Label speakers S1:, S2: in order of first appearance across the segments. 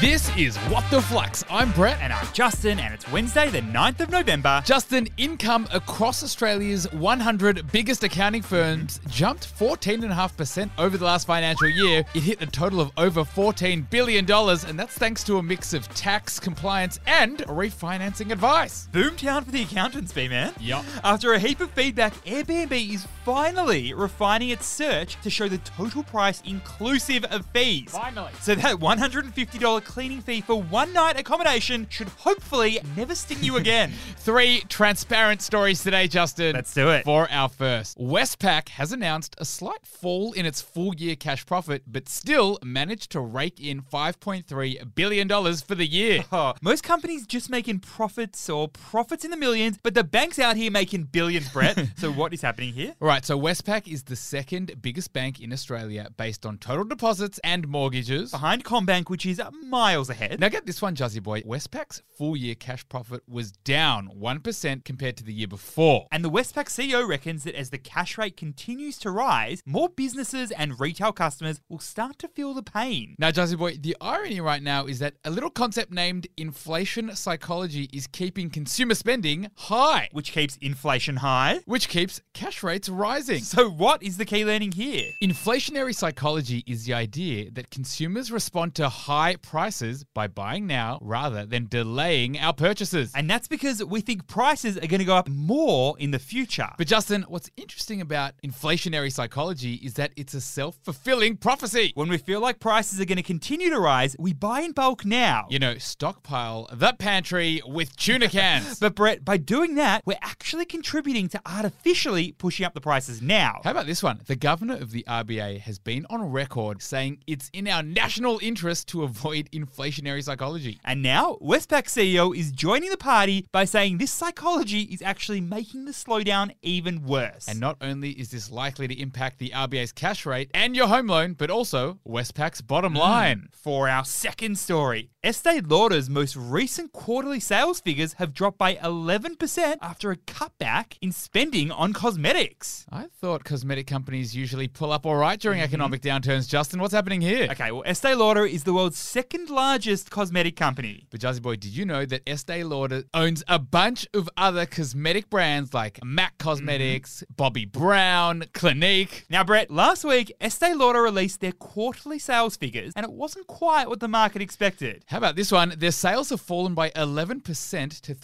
S1: This is What the Flux. I'm Brett.
S2: And I'm Justin, and it's Wednesday, the 9th of November.
S1: Justin, income across Australia's 100 biggest accounting firms jumped 14.5% over the last financial year. It hit a total of over $14 billion, and that's thanks to a mix of tax, compliance, and refinancing advice.
S2: Boomtown for the accountants, B man.
S1: Yup.
S2: After a heap of feedback, Airbnb is finally refining its search to show the total price inclusive of fees.
S1: Finally.
S2: So that $150 cleaning fee for one night accommodation should hopefully never sting you again.
S1: Three transparent stories today, Justin.
S2: Let's do it.
S1: For our first, Westpac has announced a slight fall in its full year cash profit, but still managed to rake in $5.3 billion for the year.
S2: Oh, most companies just making profits or profits in the millions, but the bank's out here making billions, Brett. so what is happening here?
S1: All right, so Westpac is the second biggest bank in Australia based on total deposits and mortgages.
S2: Behind Combank, which is miles ahead.
S1: Now get this one, Juzzy Boy. Westpac's full year cash profit was down 1% compared to the year before.
S2: And the Westpac CEO reckons that as the cash rate continues to rise, more businesses and retail customers will start to feel the pain.
S1: Now, Jazzy Boy, the irony right now is that a little concept named inflation psychology is keeping consumer spending high,
S2: Which keeps inflation high.
S1: which keeps cash rates rising.
S2: So, what is the key learning here?
S1: Inflationary psychology is the idea that consumers respond to high prices by buying now rather than delaying our purchases.
S2: And that's because we think prices are going to go up more in the future.
S1: But, Justin, what's interesting about inflationary psychology is that it's a self fulfilling prophecy.
S2: when we feel like prices are going to continue to rise, we buy in bulk now.
S1: You know, stockpile the pantry with tuna cans.
S2: But Brett, by doing that, we're actually contributing to artificially pushing up the prices now.
S1: How about this one? The governor of the RBA has been on record saying it's in our national interest to avoid inflationary psychology.
S2: And now, Westpac CEO is joining the party by saying this psychology is actually making the slowdown even worse.
S1: And not only is this likely to impact the RBA's cash rate and your home loan, but also Westpac's bottom line.
S2: for our second story, Estee Lauder's most recent quarterly sales figures have dropped by 11% after a cutback in spending on cosmetics.
S1: I thought cosmetic companies usually pull up all right during economic downturns. Justin, what's happening here?
S2: Okay, well, Estee Lauder is the world's second largest cosmetic company.
S1: But Jazzy Boy, did you know that Estee Lauder owns a bunch of other cosmetic brands like MAC Cosmetics, Bobby Brown, Clinique?
S2: Now, Brett, last week, Estee Lauder released their quarterly sales figures, and it wasn't quite what the market expected.
S1: How about this one? Their sales have fallen by 11% to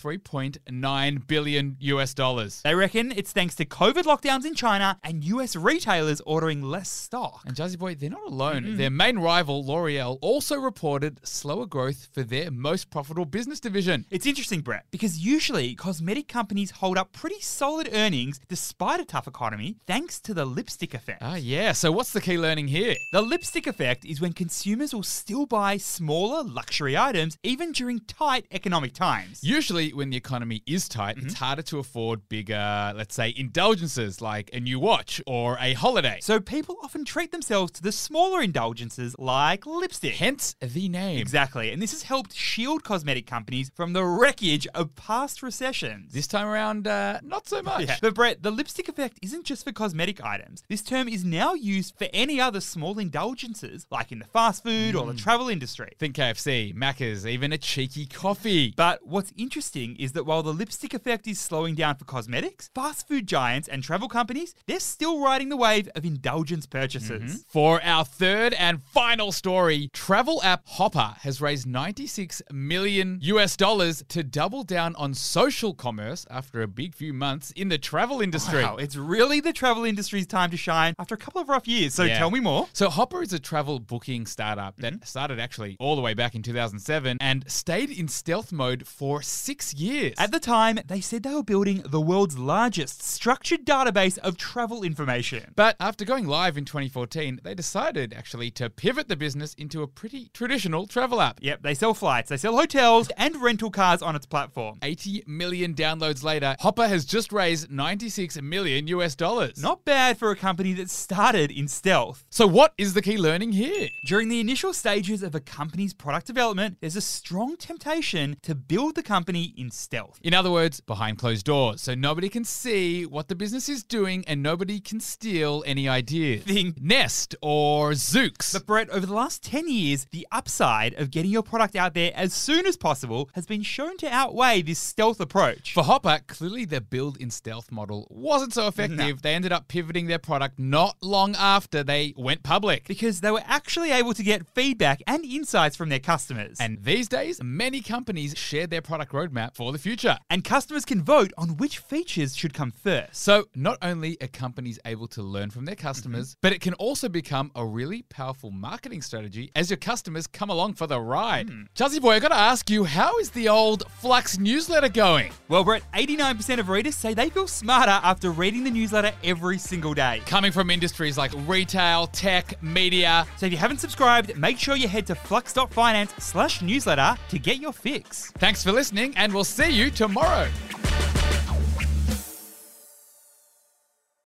S1: 3.9 billion US dollars.
S2: They reckon it's thanks to COVID lockdowns in China and US retailers ordering less stock.
S1: And Jazzy Boy, they're not alone. Their main rival, L'Oreal, also reported slower growth for their most profitable business division.
S2: It's interesting, Brett, because usually cosmetic companies hold up pretty solid earnings despite a tough economy thanks to the lipstick effect.
S1: Ah, yeah. So what's the key learning here?
S2: The lipstick effect is when consumers will still buy smaller luxury items even during tight economic times.
S1: Usually, when the economy is tight, it's
S2: Mm-hmm.
S1: harder to afford bigger, let's say, indulgences like a new watch or a holiday.
S2: So people often treat themselves to the smaller indulgences like lipstick.
S1: Hence the name.
S2: Exactly, and this has helped shield cosmetic companies from the wreckage of past recessions.
S1: This time around, uh, not so much.
S2: Yeah. But Brett, the lipstick effect isn't just for cosmetic items. This term is now used for any other small indulgences, like in the fast food or the travel industry.
S1: Think KFC, Macca's, even a cheeky coffee.
S2: But what's interesting is that while the lipstick effect is slowing down for cosmetics, fast food giants and travel companies, they're still riding the wave of indulgence purchases.
S1: For our third and final story, travel app Hopper has raised 96 million US dollars to double down on social commerce after a big few months in the travel industry.
S2: Wow, it's really the travel industry's time to shine after a couple of rough years. So
S1: Yeah.
S2: tell me more.
S1: So Hopper is a travel booking startup that
S2: Mm-hmm.
S1: started actually all the way back in 2007 and stayed in stealth mode for 6 years.
S2: At the time, they said they were building the world's largest structured database of travel information.
S1: But after going live in 2014, they decided actually to pivot the business into a pretty traditional travel app.
S2: Yep, they sell flights, they sell hotels, and rental cars on its platform.
S1: 80 million downloads later, Hopper has just raised 96 million US dollars.
S2: Not bad for a company that started in stealth.
S1: So, what is the key learning here?
S2: During the initial stages of a company's product development, there's a strong temptation to build the company in stealth.
S1: In other words, behind closed doors, so nobody can see what the business is doing and nobody can steal any ideas.
S2: Think-
S1: Nest or Zooks.
S2: But Brett, over the last 10 years, the apps upside of getting your product out there as soon as possible has been shown to outweigh this stealth approach.
S1: For Hopper, clearly their build in stealth model wasn't so effective. They ended up pivoting their product not long after they went public.
S2: because they were actually able to get feedback and insights from their customers.
S1: And these days, many companies share their product roadmap for the future.
S2: and customers can vote on which features should come first.
S1: So, not only are companies able to learn from their customers, but it can also become a really powerful marketing strategy as your customers come along for the ride. Chelsea Boy, I gotta ask you, how is the old Flux newsletter going?
S2: Well, Brett, 89% of readers say they feel smarter after reading the newsletter every single day.
S1: Coming from industries like retail, tech, media,
S2: So if you haven't subscribed, make sure you head to flux.finance slash newsletter to get your fix.
S1: thanks for listening, and we'll see you tomorrow.